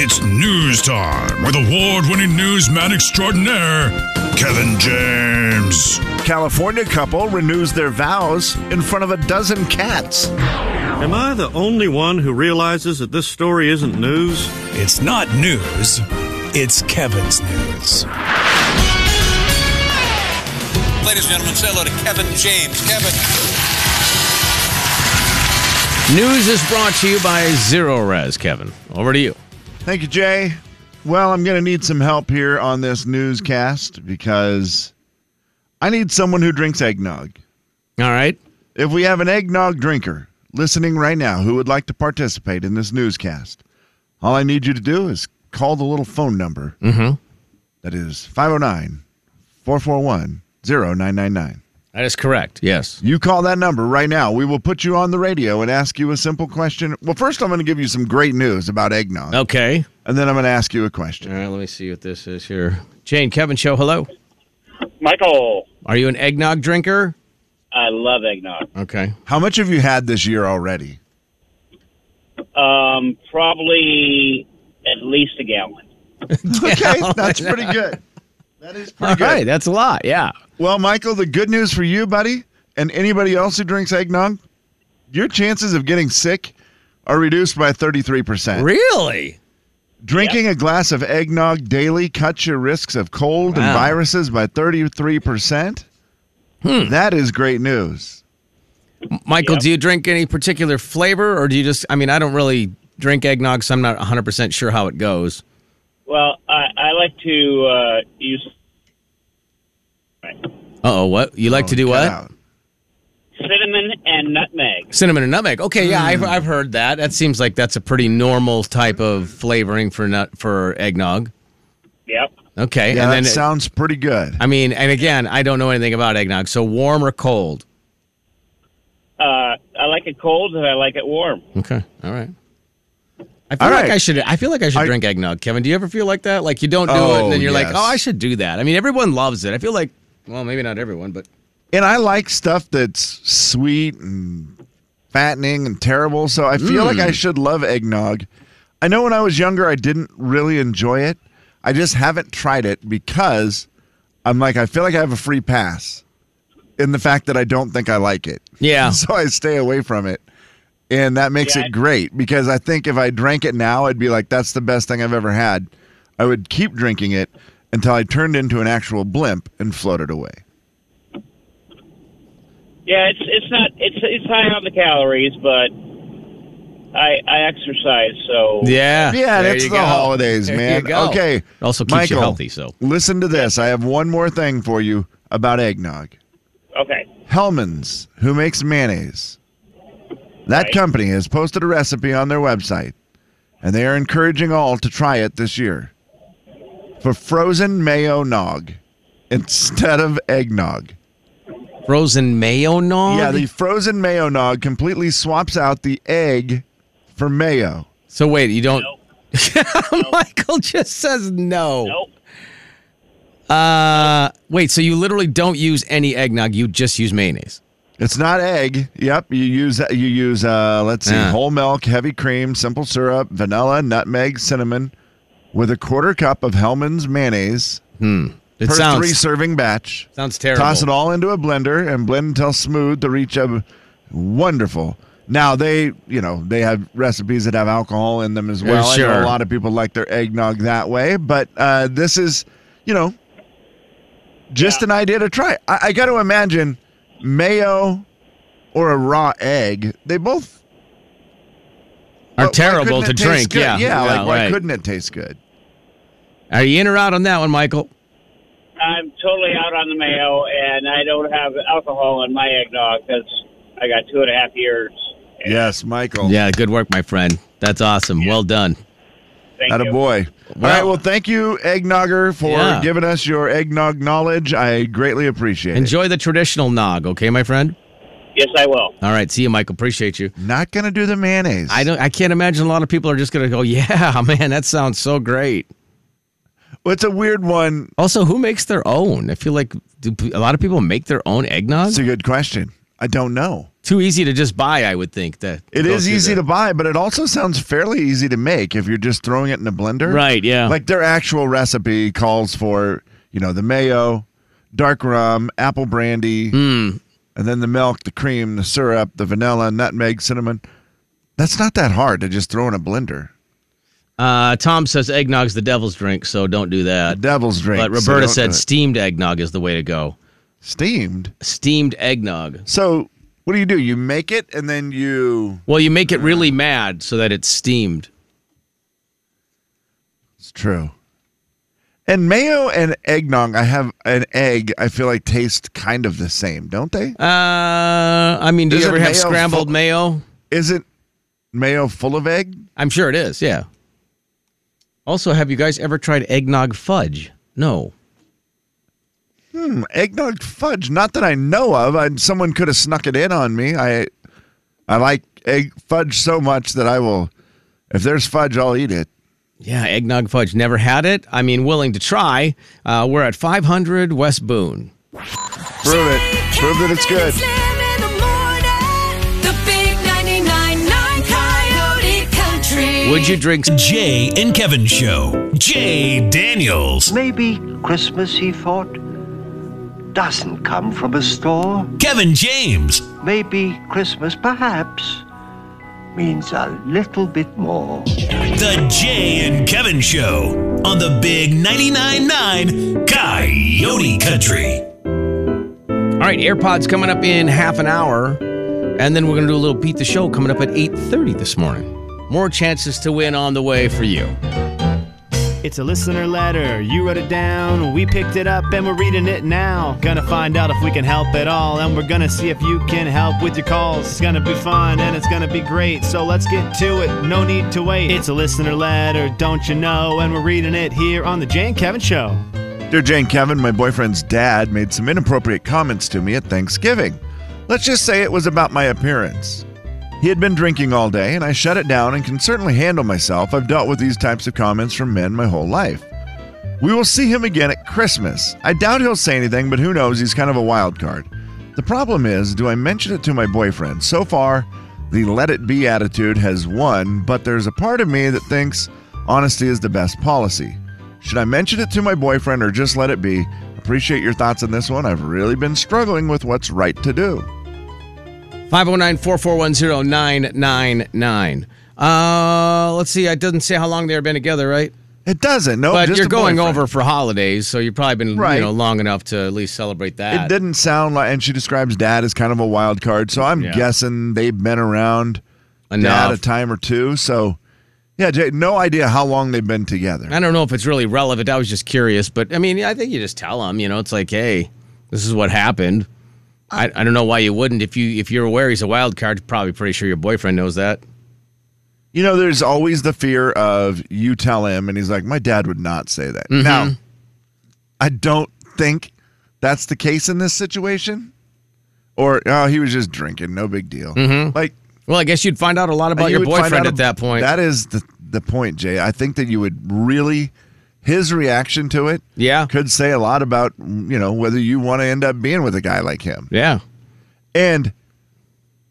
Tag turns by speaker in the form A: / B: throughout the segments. A: It's news time with award winning newsman extraordinaire, Kevin James.
B: California couple renews their vows in front of a dozen cats.
C: Am I the only one who realizes that this story isn't news?
D: It's not news, it's Kevin's news.
E: Ladies and gentlemen, say hello to Kevin James. Kevin.
F: News is brought to you by Zero Res, Kevin. Over to you.
B: Thank you, Jay. Well, I'm going to need some help here on this newscast because I need someone who drinks eggnog.
F: All right.
B: If we have an eggnog drinker listening right now who would like to participate in this newscast, all I need you to do is call the little phone number.
F: Mhm.
B: That is 509 441 0999.
F: That is correct. Yes.
B: You call that number right now. We will put you on the radio and ask you a simple question. Well, first, I'm going to give you some great news about eggnog,
F: Okay.
B: and then I'm going to ask you a question.
F: All right, let me see what this is here. Jane, Kevin show, hello.
G: Michael,
F: Are you an eggnog drinker?
G: I love eggnog.
F: Okay.
B: How much have you had this year already?
G: Um, probably at least a gallon.
B: Okay, that's pretty good. That is pretty
F: All
B: good.
F: right, that's a lot. Yeah.
B: Well, Michael, the good news for you, buddy, and anybody else who drinks eggnog, your chances of getting sick are reduced by 33%.
F: Really?
B: Drinking a glass of eggnog daily cuts your risks of cold
F: Wow.
B: and viruses by 33%.
F: Hmm.
B: That is great news.
F: Michael, do you drink any particular flavor or do you just I mean, I don't really drink eggnog, so I'm not 100% sure how it goes.
G: Well, I, I like to uh, use
F: Uh-oh, what? You like to do
B: Oh, Cut
F: what?
B: out.
G: cinnamon and nutmeg.
F: Cinnamon and nutmeg. Okay, yeah, I've, I've heard that. That seems like that's a pretty normal type of flavoring for nut for eggnog.
G: Yep.
F: Okay,
B: Yeah,
F: and
B: that
F: then
B: sounds pretty good.
F: I mean, and again, I don't know anything about eggnog. So warm or cold?
G: Uh, I like it cold and I like it warm.
F: Okay, all right. I feel
B: All
F: like
B: right.
F: I should. I feel like I should
B: I-
F: drink eggnog, Kevin. Do you ever feel like that? Like you don't do it,
B: Oh,
F: and then you're like,
B: yes.
F: oh, I should do that. I mean, everyone loves it. I feel like, well, maybe not everyone, but
B: and I like stuff that's sweet and fattening and terrible. So I feel
G: Mm.
B: like I should love eggnog. I know when I was younger, I didn't really enjoy it. I just haven't tried it because I'm like, I feel like I have a free pass in the fact that I don't think I like it.
F: yeah,
B: So I stay away from it. And that makes
G: Yeah, I-
B: it great because I think if I drank it now, I'd be like, that's the best thing I've ever had. I would keep drinking it until I turned into an actual blimp and floated away.
G: Yeah, it's it's not it's it's high on the calories, but I I exercise, so
F: yeah,
B: Yeah,
F: There
B: that's
F: you
B: the
F: go.
B: holidays,
F: There you
B: man.
F: go.
B: Okay.
F: Also keeps you
B: Michael,
F: healthy, so.
B: Listen to this. I have one more thing for you about eggnog.
G: okay.
B: Hellman's, who makes mayonnaise. That
G: Right.
B: company has posted a recipe on their website, and they are encouraging all to try it this year for frozen mayo nog instead of eggnog.
F: Frozen mayo nog.
B: Yeah, the frozen mayo nog completely swaps out the egg for mayo.
F: so wait, you don't.
G: Nope.
F: Michael just says no.
G: Nope.
F: Uh, wait. So you literally don't use any eggnog. You just use mayonnaise.
B: It's not egg. Yep, you use you use uh, let's see,
F: Yeah.
B: whole milk, heavy cream, simple syrup, vanilla, nutmeg, cinnamon, with a quarter cup of Hellman's mayonnaise
F: It
B: per
F: sounds
B: three serving batch.
F: sounds terrible.
B: Toss it all into a blender and blend until smooth to reach a wonderful. Now they, you know, they have recipes that have alcohol in them as
F: Yeah,
B: well. I know
F: sure.
B: a lot of people like their eggnog that way, but uh, this is, you know, just an idea to try. I, I got to imagine mayo or a raw egg. They both
F: Are
B: why
F: terrible
B: couldn't
F: to
B: it taste
F: drink.
B: good?
F: Yeah,
B: yeah. Like why
F: right.
B: couldn't it taste good?
F: Are you in or out on that one, Michael?
G: I'm totally out on the mayo, and I don't have alcohol in my eggnog because I got two and a half years.
B: Yes, Michael.
F: Yeah, good work, my friend. That's awesome. Well done.
G: Thank
B: At
G: you.
B: a boy. All right. Well, thank you, Eggnogger, for
F: Yeah.
B: giving us your eggnog knowledge. I greatly appreciate it.
F: Enjoy the traditional nog, okay, my friend?
G: Yes, I will.
F: All right, see you, Michael. Appreciate you.
B: Not gonna do the mayonnaise.
F: I don't I can't imagine a lot of people are just gonna go, Yeah, man, that sounds so great.
B: Well, it's a weird one.
F: Also, who makes their own? I feel like do p- a lot of people make their own eggnog?
B: It's a good question. I don't know.
F: Too easy to just buy, I would think. That
B: It
F: go
B: is
F: through
B: easy to
F: the-
B: buy, but it also sounds fairly easy to make if you're just throwing it in a blender.
H: Right, yeah.
B: Like their actual recipe calls for, you know, the mayo, dark rum, apple brandy,
F: Hmm.
B: and then the milk, the cream, the syrup, the vanilla, nutmeg, cinnamon. That's not that hard to just throw in a blender.
F: Uh, Tom says eggnog's the devil's drink, so don't do that.
B: Devil's drink.
F: But
B: so
F: Roberta
B: don't do
F: said
B: it.
F: steamed eggnog is the way to go.
B: steamed.
F: Steamed eggnog.
B: So what do you do? You make it and then you.
F: Well, you make it really mad so that it's steamed.
B: It's true. And mayo and eggnog, I have an egg. I feel like taste kind of the same, don't they?
F: Uh, I mean, do you
B: Isn't
F: ever have
B: mayo
F: scrambled
B: full-
F: mayo?
B: Isn't mayo full of egg?
F: I'm sure it is. Yeah. Also, have you guys ever tried eggnog fudge? No.
B: Hmm, Eggnog fudge, not that I know of. I, someone could have snuck it in on me. I, I like egg fudge so much that I will. If there's fudge, I'll eat it.
F: Yeah, eggnog fudge. Never had it. I mean, willing to try. Uh, we're at 500 West Boone.
B: Prove it. Prove that it's good.
F: Would you drink?
D: Jay and Kevin Show. Jay Daniels.
I: Maybe Christmas, he thought, doesn't come from a store.
D: Kevin James.
I: Maybe Christmas, perhaps, means a little bit more.
D: The Jay and Kevin Show on the Big 99.9 Coyote Country.
F: All right, AirPods coming up in half an hour, and then we're gonna do a little Pete the Show coming up at 8:30 this morning. More chances to win on the way for you.
J: It's a listener letter. You wrote it down. We picked it up and we're reading it now. Gonna find out if we can help at all. And we're gonna see if you can help with your calls. It's gonna be fun and it's gonna be great. So let's get to it. No need to wait. It's a listener letter, don't you know? And we're reading it here on The Jane Kevin Show.
B: Dear Jane Kevin, my boyfriend's dad made some inappropriate comments to me at Thanksgiving. Let's just say it was about my appearance. He had been drinking all day, and I shut it down and can certainly handle myself. I've dealt with these types of comments from men my whole life. We will see him again at Christmas. I doubt he'll say anything, but who knows? He's kind of a wild card. The problem is, do I mention it to my boyfriend? So far, the let it be attitude has won, but there's a part of me that thinks honesty is the best policy. Should I mention it to my boyfriend or just let it be? Appreciate your thoughts on this one. I've really been struggling with what's right to do.
F: 509-441-0999. Uh, let's see. It doesn't say how long they've been together, right?
B: It doesn't. No,
F: but
B: Oh, just
F: you're
B: a
F: going
B: boyfriend.
F: over for holidays, so you've probably been
B: Right.
F: you know long enough to at least celebrate that.
B: It didn't sound like, and she describes dad as kind of a wild card. So I'm
F: Yeah.
B: guessing they've been around dad a
F: enough.
B: time or two. So, yeah, Jay, no idea how long they've been together.
F: I don't know if it's really relevant. I was just curious, but I mean, I think you just tell them. You know, it's like, hey, this is what happened. I, I don't know why you wouldn't. If you if you're aware he's a wild card, probably pretty sure your boyfriend knows that.
B: You know, there's always the fear of you tell him, and he's like, my dad would not say that.
F: Mm-hmm.
B: Now, I don't think that's the case in this situation. Or, oh, he was just drinking. No big deal. Like,
F: Well, I guess you'd find out a lot Mm-hmm. about
B: you would
F: your
B: find
F: boyfriend
B: out
F: at
B: ab-
F: that point.
B: That is the, the point, Jay. I think that you would really, his reaction to it
F: Yeah.
B: could say a lot about, you know, whether you want to end up being with a guy like him.
F: yeah.
B: And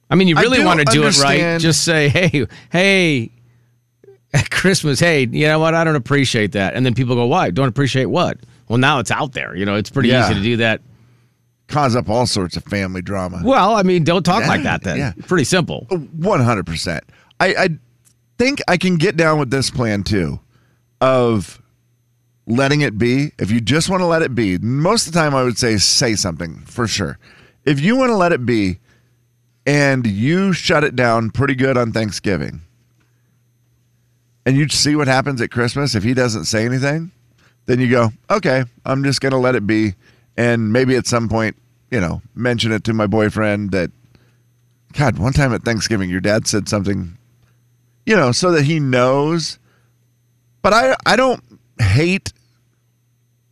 F: I mean, you
B: I
F: really
B: do
F: want to do it right.
B: understand-
F: Just say, hey, hey, at Christmas, hey, you know what? I don't appreciate that. And then people go, why? Don't appreciate what? Well, now it's out there. You know, it's pretty
B: Yeah.
F: easy to do that.
B: cause up all sorts of family drama.
F: Well, I mean, don't talk
B: Yeah,
F: like that then.
B: yeah.
F: Pretty simple.
B: One hundred percent. I I think I can get down with this plan too, of letting it be. If you just want to let it be, most of the time I would say say something for sure. If you want to let it be, and you shut it down pretty good on Thanksgiving, and you see what happens at Christmas if he doesn't say anything, then you go okay. I'm just gonna let it be, and maybe at some point you know mention it to my boyfriend that God, one time at Thanksgiving, your dad said something, you know, so that he knows. But I, I don't hate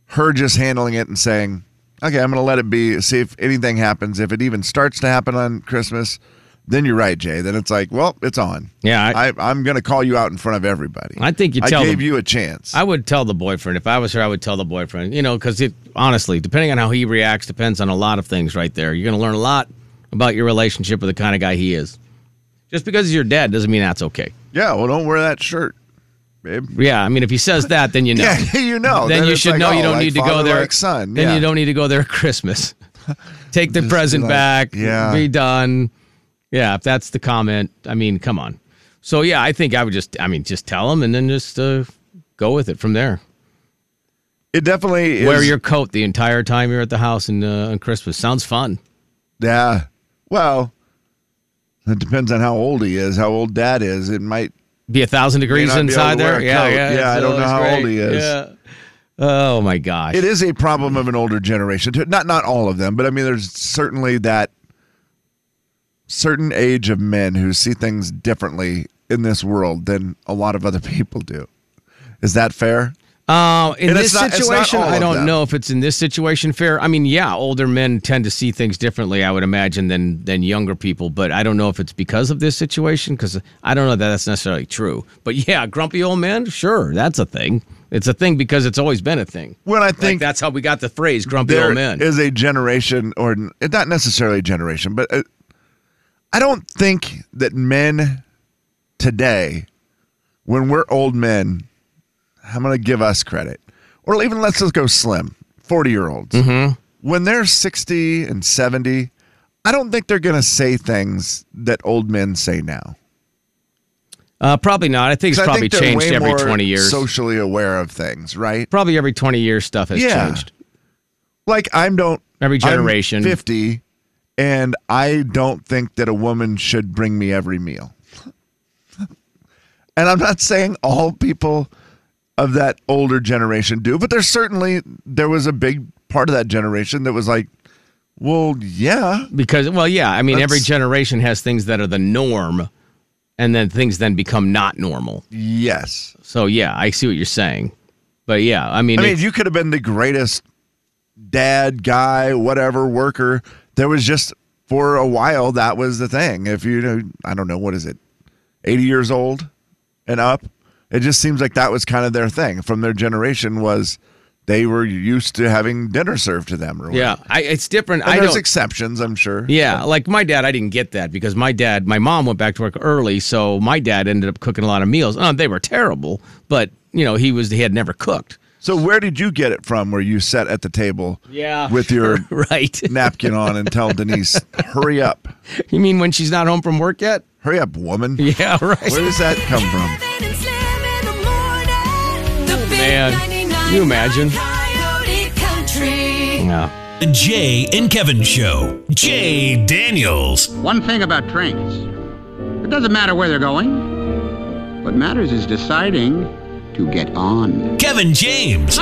B: her just handling it and saying, okay, I'm going to let it be, see if anything happens. If it even starts to happen on Christmas, then you're right, Jay. Then it's like, well, it's on.
F: Yeah, I-
B: I, I, am going to call you out in front of everybody.
F: I think you
B: I
F: tell
B: gave
F: them-
B: you a chance.
F: I would tell the boyfriend if I was her. I would tell the boyfriend, you know, because it honestly, depending on how he reacts, depends on a lot of things. Right there, you're going to learn a lot about your relationship with the kind of guy he is. Just because he's your dad doesn't mean that's okay.
B: Yeah, well, don't wear that shirt, babe.
F: Yeah, I mean, if he says that, then you know.
B: Yeah, you know.
F: then, you
B: it's
F: should
B: like,
F: know
B: oh,
F: you don't
B: like
F: need to go
B: father,
F: there.
B: Like son.
F: Then
B: yeah.
F: you don't need to go there at Christmas. Take the
B: Just be
F: present
B: like,
F: back.
B: yeah.
F: Be done. Yeah, if that's the comment, I mean, come on. So yeah, I think I would just, I mean, just tell him and then just uh, go with it from there.
B: It definitely is.
F: Wear your coat the entire time you're at the house and uh, on Christmas. Sounds fun.
B: Yeah. Well, it depends on how old he is, how old dad is. It might.
F: Be a thousand degrees
B: not be able
F: inside
B: to wear
F: there.
B: a
F: Yeah,
B: coat.
F: yeah,
B: Yeah, I
F: it's
B: don't know
F: always
B: how old
F: great.
B: he is.
F: Yeah. Oh my gosh.
B: It is a problem of an older generation. too. Not not all of them, but I mean, there's certainly that certain age of men who see things differently in this world than a lot of other people do. Is that fair?
F: Uh, in
B: And
F: this
B: it's not- it's not
F: situation,
B: all
F: I
B: of
F: don't
B: them.
F: know if it's in this situation fair. I mean, yeah, older men tend to see things differently, I would imagine, than than younger people. But I don't know if it's because of this situation, because I don't know that that's necessarily true. But yeah, grumpy old man, sure, that's a thing. It's a thing because it's always been a thing.
B: When I
F: I think
B: think
F: that's how we got the phrase grumpy
B: there
F: old
B: is
F: man.
B: a generation, or n- eh, not necessarily a generation, but uh, I don't think that men today, when we're old men, I'm going to give us credit, or even let's just go slim, 40 year olds.
F: Mm-hmm.
B: When they're 60 and 70, I don't think they're going to say things that old men say now.
F: uh, probably not. I think it's
B: 'Cause I
F: probably
B: think they're
F: changed
B: way
F: every
B: more
F: 20 years.
B: Socially aware of things, right?
F: probably every 20 years stuff has
B: Yeah.
F: changed.
B: like I'm don't
F: Every
B: I'm
F: generation.
B: 50 and I don't think that a woman should bring me every meal. and I'm not saying all people of that older generation do, but there's certainly there was a big part of that generation that was like, well, yeah,
F: because well yeah i mean every
B: That's-
F: generation has things that are the norm and then things then become not normal
B: yes.
F: so yeah i see what you're saying but yeah i mean,
B: I mean,
F: it's-
B: you could have been the greatest dad, guy, whatever, worker. There was just for a while that was the thing. If you know, I don't know, what is it, eighty years old and up? It just seems like that was kind of their thing from their generation was they were used to having dinner served to them. Or whatever.
F: yeah I, it's different
B: and
F: i
B: there's
F: don't
B: exceptions, I'm sure.
F: yeah like my dad i didn't get that because my dad my mom went back to work early so my dad ended up cooking a lot of meals uh, they were terrible but you know he was he had never cooked
B: So where did you get it from? Where you sat at the table,
F: Yeah.
B: with your
F: right
B: napkin on and tell Denise, "Hurry up,
F: you mean when she's not home from work yet
B: hurry up, woman."
F: yeah right
B: Where does that come from?
F: man. Can you imagine? yeah
D: The Jay and Kevin Show. Jay Daniels.
H: One thing about trains it doesn't matter where they're going. What matters is deciding to get on.
D: Kevin James.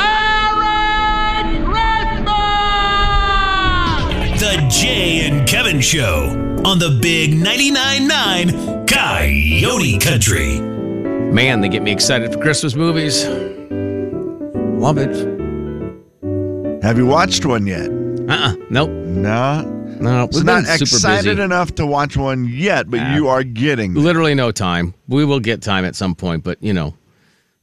D: The Jay and Kevin Show on the Big 99.9 9 Coyote Country.
F: Man, they get me excited for Christmas movies. Love it.
B: Have you watched one yet?
F: Uh-uh. Nope.
B: No.
F: No.
B: It's
F: We've
B: not
F: been super
B: excited
F: busy.
B: enough to watch one yet, but you are getting. there.
F: Literally no time. We will get time at some point, but you know,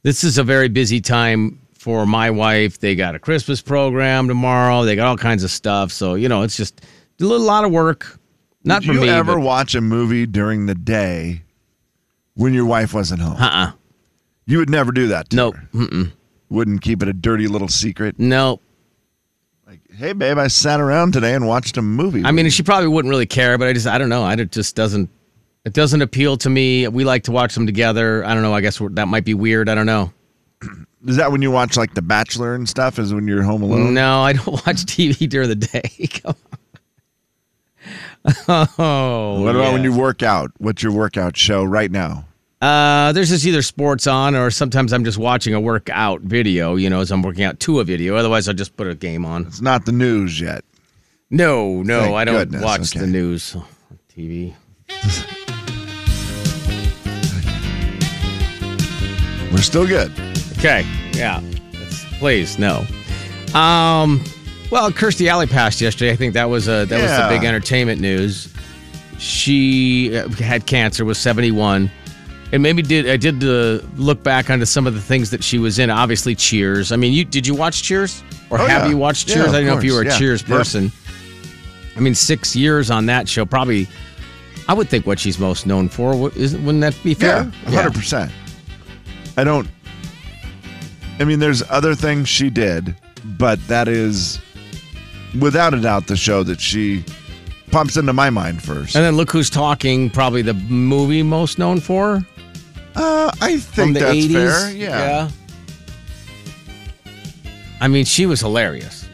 F: this is a very busy time for my wife. They got a Christmas program tomorrow. They got all kinds of stuff. So, you know, it's just a little lot of work. Not
B: Did
F: for
B: you
F: me.
B: ever
F: but-
B: watch a movie during the day when your wife wasn't home?
F: uh-uh.
B: You would never do that. To
F: Nope.
B: her.
F: Mm,
B: Wouldn't keep it a dirty little secret.
F: Nope.
B: Like, hey, babe, I sat around today and watched a movie.
F: I mean, she probably wouldn't really care, but I just, I don't know. I, it just doesn't, it doesn't appeal to me. We like to watch them together. I don't know. I guess we're, that might be weird. I don't know.
B: is that when you watch like The Bachelor and stuff? Is when you're home alone?
F: No, I don't watch TV during the day. Come on. Oh,
B: What about when
F: yeah.
B: you work out? What's your workout show right now?
F: Uh, there's just either sports on, or sometimes I'm just watching a workout video. You know, as I'm working out to a video. Otherwise, I'll just put a game on.
B: It's not the news yet.
F: No, no,
B: Thank
F: I don't
B: goodness,
F: watch the
B: okay.
F: news, on TV.
B: We're still good.
F: Okay, yeah, It's- please, no. Um, well, Kirstie Alley passed yesterday. I think that was a that was
B: Yeah.
F: the big entertainment news. She uh, had cancer, was seventy one. It made me did I did uh, look back onto some of the things that she was in. Obviously, Cheers. I mean, you did you watch Cheers or
B: Oh,
F: have
B: yeah.
F: you watched
B: Yeah,
F: Cheers?
B: of
F: I didn't know if you
B: course,
F: were a
B: yeah.
F: Cheers
B: Yeah.
F: person. I mean, six years on that show. Probably, I would think what she's most known for wou- isn't. Wouldn't that be fair?
B: Yeah, hundred percent. I don't. I mean, there's other things she did, but that is, without a doubt, the show that she pops into my mind first.
F: And then look who's talking. Probably the movie most known for
B: Uh, I
F: from
B: think
F: the
B: that's
F: 80s.
B: fair. Yeah.
F: I mean, she was hilarious.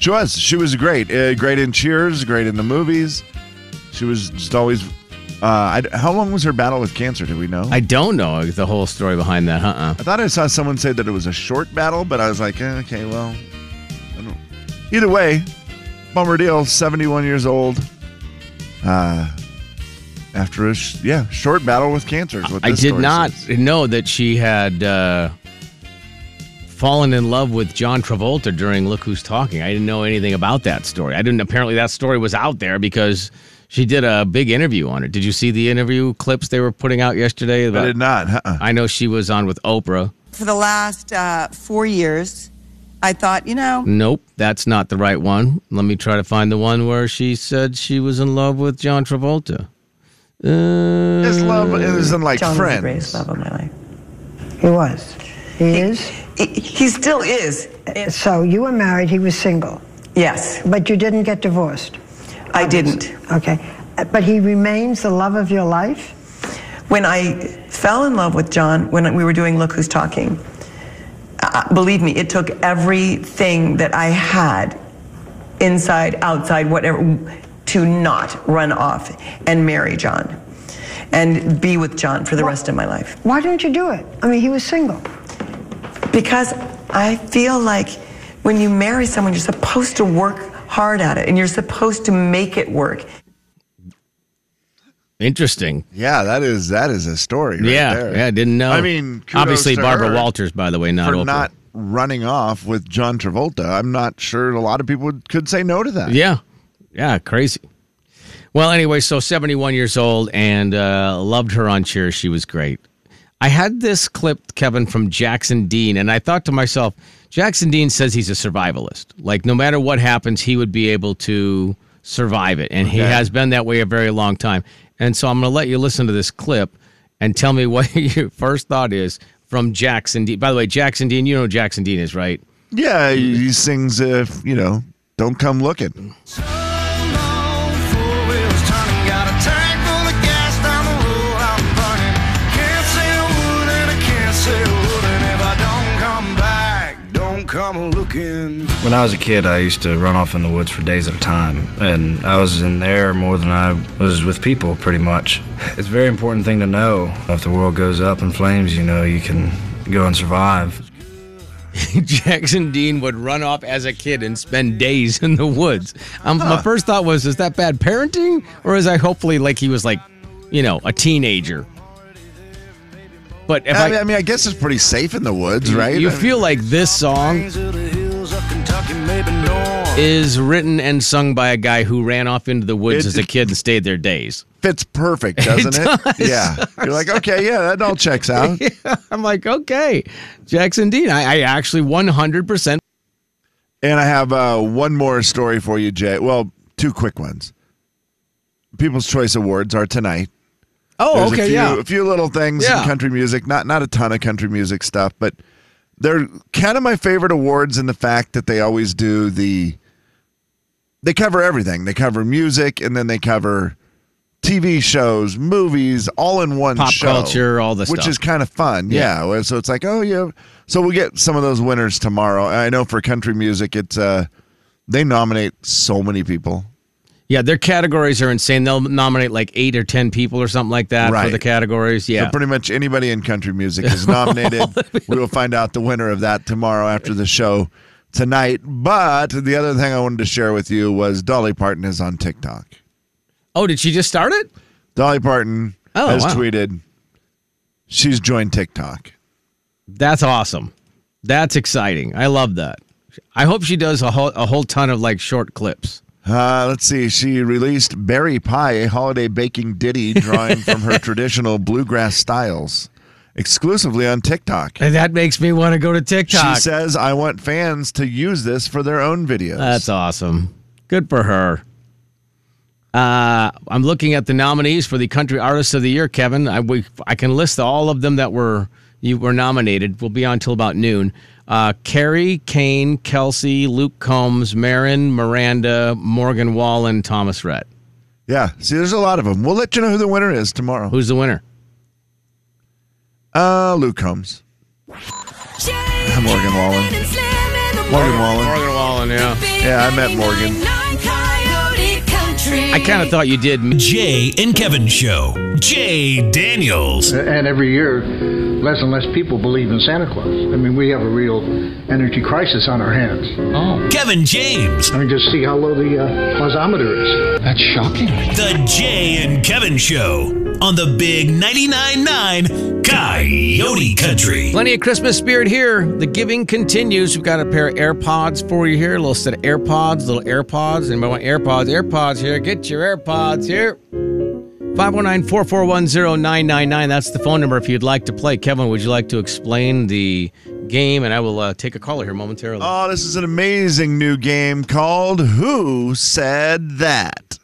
B: she was. She was great. Uh, great in Cheers. Great in the movies. She was just always. Uh, I, how long was her battle with cancer? Do we know?
F: I don't know the whole story behind that. Uh-uh.
B: I thought I saw someone say that it was a short battle, but I was like, eh, okay, well, I don't. Either way, bummer deal. Seventy-one years old. Uh, after a sh- yeah short battle with cancer. Is what
F: I
B: this
F: did
B: story
F: not
B: says.
F: know that she had uh, fallen in love with John Travolta during Look Who's Talking. I didn't know anything about that story. I didn't. Apparently, that story was out there because she did a big interview on it. Did you see the interview clips they were putting out yesterday?
B: I
F: about-
B: did not. Uh-uh.
F: I know she was on with Oprah.
K: For the last uh, four years, I thought, you know,
F: Nope, that's not the right one. Let me try to find the one where she said she was in love with John Travolta. Uh,
B: His love isn't like
K: John was the
B: friends.
K: greatest love of my life.
L: He was. He is.
K: He, he still is.
L: So you were married, he was single,
K: Yes,
L: but you didn't get divorced.
K: I didn't.
L: Okay. Uh, But he remains the love of your life?
K: When I fell in love with John, when we were doing Look Who's Talking, uh, believe me, it took everything that I had, inside, outside, whatever, to not run off and marry John and be with John for the rest of my life.
L: Why didn't you do it? I mean, he was single.
K: Because I feel like when you marry someone, you're supposed to work hard at it and you're supposed to make it work.
F: Interesting.
B: Yeah, that is that is a story. Right
F: yeah,
B: there.
F: yeah, didn't know.
B: I mean, kudos
F: obviously
B: to
F: Barbara
B: her
F: Walters, by the way, not
B: for
F: Oprah.
B: not running off with John Travolta. I'm not sure a lot of people would, could say no to that.
F: Yeah, yeah, crazy. Well, anyway, so 71 years old and uh, loved her on Cheers. She was great. I had this clip, Kevin, from Jackson Dean, and I thought to myself, Jackson Dean says he's a survivalist. Like, no matter what happens, he would be able to survive it. And he has been that way a very long time. And so I'm going to let you listen to this clip and tell me what your first thought is from Jackson Dean. By the way, Jackson Dean, you know who Jackson Dean is, right?
B: Yeah, he, he sings. Uh, you know, don't come looking.
M: Come looking. When I was a kid, I used to run off in the woods for days at a time, and I was in there more than I was with people, pretty much. It's a very important thing to know. If the world goes up in flames, you know you can go and survive.
F: Jackson Dean would run off as a kid and spend days in the woods. Um, My first thought was, is that bad parenting? Or is I hopefully like he was like, you know, a teenager? But if
B: I,
F: I,
B: mean, I mean, I guess it's pretty safe in the woods, right?
F: you
B: I mean,
F: feel like this song is written and sung by a guy who ran off into the woods
B: It-
F: as a kid and stayed there days.
B: fits perfect, doesn't it? Yeah. You're like, okay, yeah, that all checks out.
F: I'm like, okay, Jackson Dean. I, I actually 100%
B: And I have uh, one more story for you, Jay. Well, two quick ones. People's Choice Awards are tonight.
F: Oh,
B: There's
F: okay,
B: a few,
F: yeah.
B: A few little things
F: Yeah.
B: in country music, not not a ton of country music stuff, but they're kind of my favorite awards in the fact that they always do the they cover everything. They cover music and then they cover TV shows, movies, all in one
F: Pop
B: show,
F: culture, all the
B: which
F: stuff.
B: is kind of fun. Yeah. So it's like, oh yeah. So we'll get some of those winners tomorrow. I know for country music, it's uh, they nominate so many people.
F: Yeah, their categories are insane. They'll nominate like eight or ten people or something like that for
B: Right.
F: the categories. Yeah,
B: So pretty much anybody in country music is nominated. we will find out the winner of that tomorrow after the show tonight. But the other thing I wanted to share with you was Dolly Parton is on TikTok.
F: oh, did she just start it?
B: Dolly Parton
F: Oh,
B: has
F: wow.
B: tweeted she's joined TikTok.
F: That's awesome. That's exciting. I love that. I hope she does a whole a whole ton of like short clips.
B: Uh, let's see. She released Berry Pie, a holiday baking ditty drawing from her traditional bluegrass styles, exclusively on TikTok.
F: And that makes me want to go to TikTok.
B: She says, I want fans to use this for their own videos.
F: That's awesome. Good for her. Uh, I'm looking at the nominees for the Country Artist of the Year, Kevin. I, we, I can list all of them that were you were nominated. We'll be on till about noon. Uh, Carrie, Kane, Kelsey, Luke Combs, Marin, Miranda, Morgan Wallen, Thomas Rhett.
B: Yeah. See, there's a lot of them. We'll let you know who the winner is tomorrow.
F: Who's the winner?
B: Uh, Luke Combs. Morgan Wallen. Morgan Wallen.
F: Morgan Wallen, yeah.
B: Yeah, I met Morgan.
F: I kind of thought you did.
D: Jay and Kevin Show. Jay Daniels.
N: And every year, less and less people believe in Santa Claus. I mean, we have a real energy crisis on our hands. Oh.
D: Kevin James.
N: I mean, just see how low the uh, plausometer is. That's shocking.
D: The Jay and Kevin Show on the Big 99.9 Coyote Country.
F: Plenty of Christmas spirit here. The giving continues. We've got a pair of AirPods for you here. A little set of AirPods, little AirPods. Anybody want AirPods? AirPods here. Get your AirPods here. 519-441-0999. That's the phone number if you'd like to play. Kevin, would you like to explain the game? And I will uh, take a caller here momentarily.
B: Oh, this is an amazing new game called Who Said That?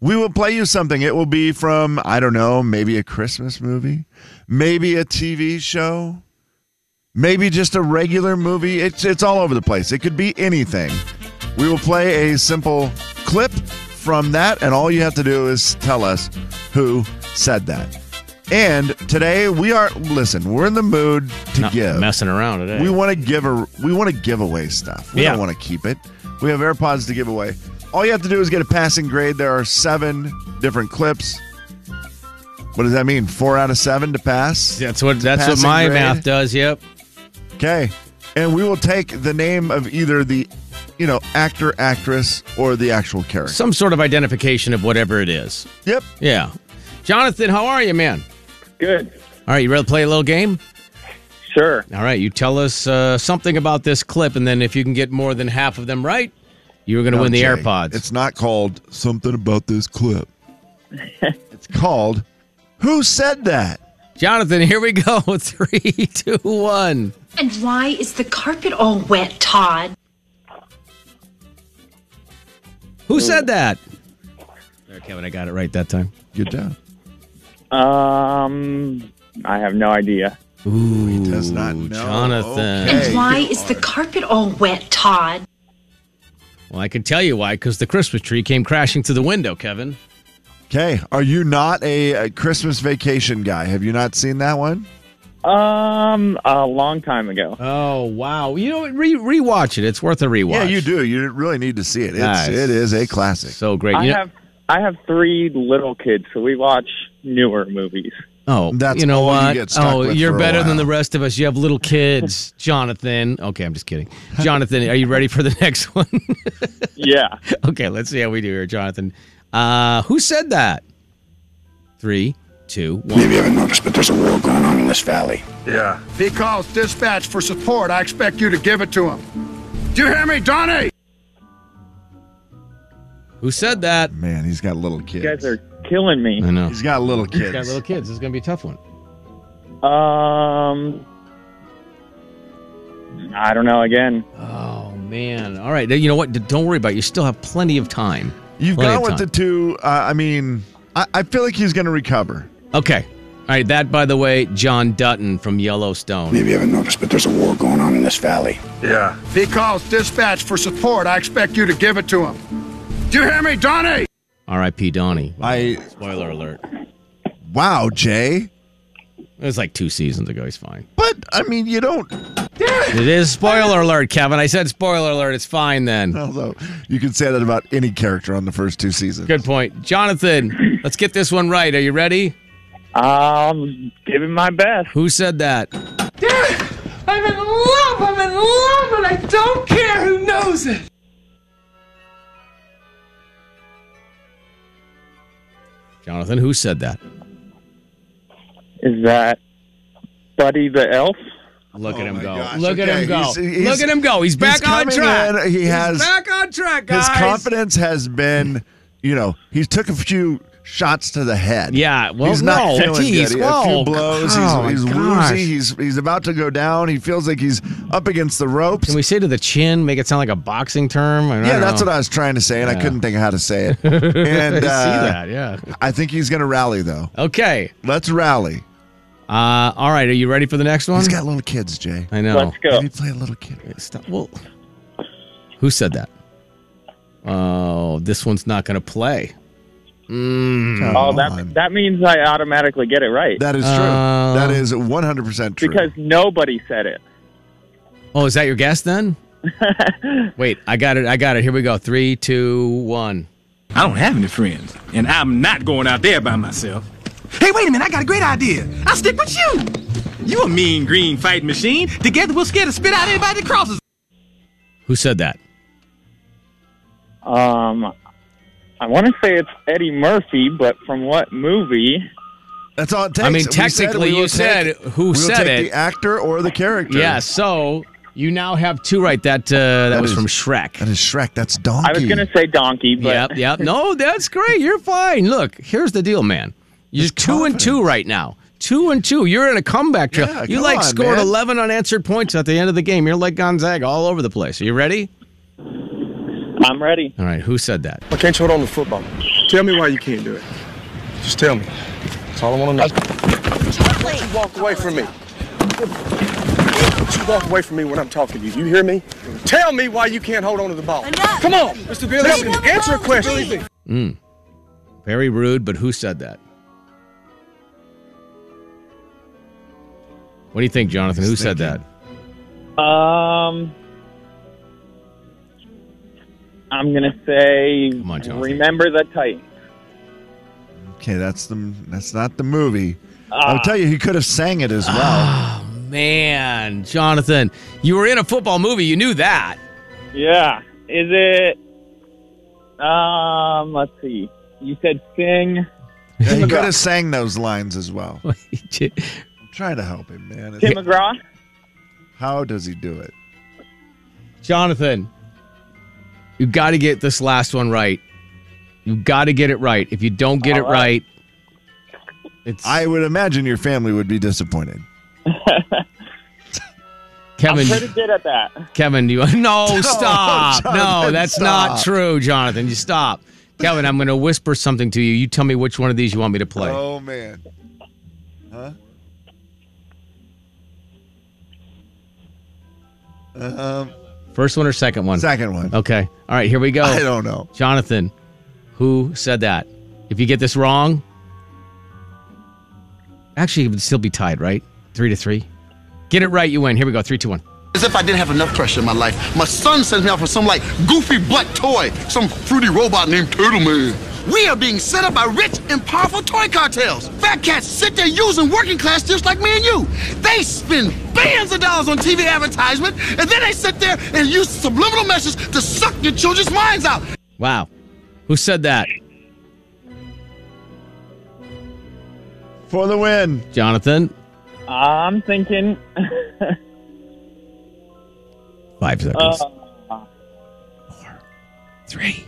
B: We will play you something. It will be from, I don't know, maybe a Christmas movie, maybe a TV show, maybe just a regular movie. It's, it's all over the place. It could be anything. We will play a simple clip from that, and all you have to do is tell us who said that. And today we are, listen, we're in the mood to
F: Not
B: give.
F: messing around today.
B: We want to give a we want to give away stuff. We
F: Yeah.
B: don't want to keep it. We have AirPods to give away. All you have to do is get a passing grade. There are seven different clips. What does that mean? Four out of seven to pass.
F: That's what that's what my math does. Yep.
B: Okay, and we will take the name of either the, you know, actor, actress, or the actual character.
F: Some sort of identification of whatever it is.
B: Yep.
F: Yeah. Jonathan, how are you, man?
O: Good.
F: All right, you ready to play a little game?
O: Sure.
F: All right, you tell us uh, something about this clip, and then if you can get more than half of them right, you're going to
B: No,
F: win the
B: Jay,
F: AirPods.
B: It's not called something about this clip. it's called Who Said That?
F: Jonathan, here we go. Three, two, one.
P: And why is the carpet all wet, Todd?
F: Who said that? There, Kevin, I got it right that time.
B: Good job.
O: Um, I have no idea.
F: Ooh, he
B: does not know.
F: Jonathan.
P: and why is the carpet all wet, Todd?
F: Well, I can tell you why, because the Christmas tree came crashing through the window, Kevin.
B: Okay. Are you not a, a Christmas vacation guy? Have you not seen that one?
O: Um, a long time ago.
F: Oh wow! You know, what? re rewatch it. It's worth a rewatch.
B: Yeah, you do. You really need to see it. It's,
F: Nice.
B: It is a classic.
F: So great.
O: I
F: You know-
O: have I have three little kids, so we watch newer movies.
F: Oh,
B: That's
F: you know
B: all you
F: what?
B: get stuck
F: oh,
B: with
F: you're
B: for a
F: better
B: while.
F: than the rest of us. You have little kids, Jonathan. Okay, I'm just kidding. Jonathan, are you ready for the next one?
O: yeah.
F: Okay, let's see how we do here, Jonathan. Uh, who said that? Three, two, one. Maybe I haven't noticed, but there's a war going on in this valley.
N: Yeah. If he calls dispatch for support, I expect you to give it to him. Do you hear me, Donnie?
F: Who said that?
B: Man, he's got little kids.
O: You guys are killing me.
F: I know.
B: He's got little kids.
F: He's got little kids. This is going to be a tough one.
O: Um, I don't know again.
F: Oh, man. All right. You know what? Don't worry about it. You still have plenty of time.
B: You've
F: Plenty
B: gone with
F: of
B: the
F: time.
B: two. Uh, I mean, I, I feel like he's going to recover.
F: Okay. All right. That, by the way, John Dutton from Yellowstone.
N: Maybe you haven't noticed, but there's a war going on in this valley.
F: Yeah.
N: If he calls dispatch for support, I expect you to give it to him. Do you hear me, Donnie?
F: R.I.P. Donnie.
B: I
F: spoiler alert.
B: Wow, Jay.
F: It was like two seasons ago. He's fine.
B: But I mean, you don't.
F: It is spoiler alert, Kevin. I said spoiler alert. It's fine then.
B: Although you can say that about any character on the first two seasons.
F: Good point, Jonathan. Let's get this one right. Are you ready?
O: Um, giving my best.
F: Who said that?
Q: I'm in love. I'm in love, and I don't care who knows it.
F: Jonathan, who said that?
O: Is that Buddy the Elf?
F: Look
B: Oh
O: at him go!
F: Look at him go. Look at him go. He's back on
B: coming
F: track.
B: in. He
F: He's
B: has
F: back on track,
B: His
F: guys.
B: confidence has been, you know, he's took a few shots to the head.
F: Yeah, well,
B: he's not
F: no,
B: feeling
F: geez,
B: good. a
F: well,
B: few blows. he's
F: oh, my
B: he's
F: gosh.
B: woozy. He's he's about to go down. He feels like he's up against the ropes.
F: Can we say to the chin? Make it sound like a boxing term?
B: yeah, that's what I was trying to say, and I
F: Yeah.
B: couldn't think of how to say it.
F: I
B: And
F: see
B: uh,
F: that, yeah.
B: I think he's going to rally though.
F: Okay,
B: let's rally.
F: Uh, all right, are you ready for the next one?
B: He's got little kids, Jay.
F: Um, I know.
B: Let's go. Maybe play a little kid.
F: Stop. Well, Who said that? Oh, this one's not going to play. Mm.
O: oh, that that means I automatically get it right.
B: That is true.
F: Uh,
B: that is 100% true.
O: because nobody said it.
F: Oh, is that your guess then? Wait, I got it. I got it. Here we go. Three, two, one. I don't have any friends, and I'm not going out there by myself.
R: Hey, wait a minute, I got a great idea. I'll stick with you. You a mean green fighting machine. Together we'll scare the spit out of anybody that crosses.
F: Who said that?
O: Um, I want to say it's Eddie Murphy, but from what movie?
B: That's all it
F: I mean, technically, you said who
B: we'll
F: said
B: take
F: it.
B: the actor or the character.
F: Yeah. So you now have two right. That uh, that, was
B: is-
F: from Shrek. That
B: is Shrek. That's Donkey.
O: I was going to say Donkey,
F: Yep.
O: but
F: Yep. No, that's great. You're fine. Look, here's the deal, man. You're two and two right now. Two and two. You're in a comeback trail.
B: Yeah,
F: you
B: come
F: like
B: on,
F: scored
B: man.
F: 11 unanswered points at the end of the game. You're like Gonzaga all over the place. Are you ready?
O: I'm ready.
F: All right. Who said that?
S: I can't you hold on to the football? Tell me why you can't do it. Just tell me. That's all I want to know. Why don't you walk away from me? Why don't you walk away from me when I'm talking to you? You hear me? Tell me why you can't hold on to the ball. Come on, Mr. Billy. Tell me. Answer a question.
F: Mm. Very rude, but who said that? What do you think, Jonathan? Who said that?
O: Um, I'm going to say Remember the Titans.
B: Okay, that's the that's not the movie.
O: Ah.
B: I'll tell you, he could have sang it as
F: Ah.
B: well.
F: Man, Jonathan, you were in a football movie. You knew that.
O: Yeah. Is it? Um, let's see. You said Sing.
B: he
O: Tim
B: could have
O: McGraw.
B: sang those lines as well.
F: I'm
B: trying to help him, man.
O: Tim McGraw.
B: How does he do it?
F: Jonathan, you got to get this last one right. You got to get it right. If you don't get it
B: All right.
F: right, it's
B: I would imagine your family would be disappointed.
F: Kevin.
O: Pretty good at that.
F: Kevin, do you no
O: No,
F: stop? no,
O: Jonathan,
F: that's not
O: stop.
F: true, Jonathan. You stop, Kevin. I'm going to whisper something to you. You tell me which one of these you want me to play.
B: Oh man. Huh? Um,
F: First one or second one?
B: Second one.
F: Okay. All right, here we go.
B: I don't know.
F: Jonathan, who said that? If you get this wrong, actually, it would still be tied, right? Three to three. Get it right, you win. Here we go. Three, two, one.
T: As if I didn't have enough pressure in my life. My son sends me out for some like goofy butt toy, some fruity robot named Turtle Man. We are being set up by rich and powerful toy cartels. Fat cats sit there using working class tips like me and you. They spend billions of dollars on TV advertisement, and then they sit there and use subliminal messages to suck your children's minds out.
F: Wow. Who said that?
B: For the win.
F: Jonathan,
O: I'm thinking.
F: five seconds.
B: Uh,
O: uh,
F: Three.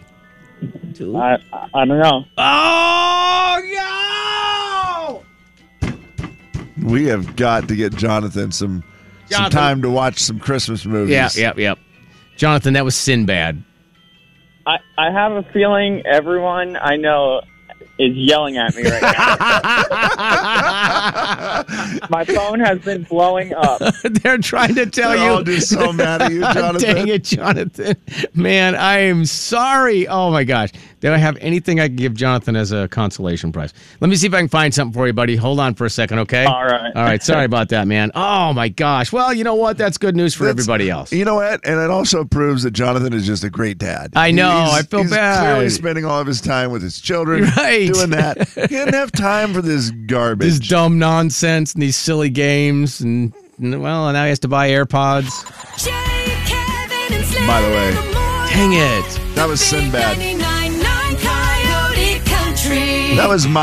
F: Two.
O: I, I, I don't know.
F: Oh,
B: We have got to get Jonathan some some
F: Jonathan.
B: time to watch some Christmas movies.
F: Yeah, yep, yep. Jonathan, that was Sinbad.
O: I, I have a feeling everyone I know is yelling at me right now. My phone has been blowing up.
F: They're trying to tell
B: They're
F: you.
B: all just so mad at you, Jonathan.
F: Dang it, Jonathan. Man, I am sorry. Oh my gosh. Do I have anything I can give Jonathan as a consolation prize? Let me see if I can find something for you, buddy. Hold on for a second, okay?
O: All right.
F: All right. Sorry about that, man. Oh my gosh. Well, you know what? That's good news for
B: That's-
F: everybody else.
B: You know what? And it also proves that Jonathan is just a great dad.
F: I know.
B: He's-
F: I feel
B: he's
F: bad.
B: Clearly spending all of his time with his children,
F: Right.
B: doing that. he didn't have time for this garbage.
F: This dumb nonsense and these silly games and and, well, now he has to buy AirPods.
B: By the way,
F: dang it.
B: That was Sinbad.
U: 99.9 Coyote Country.
B: That was my.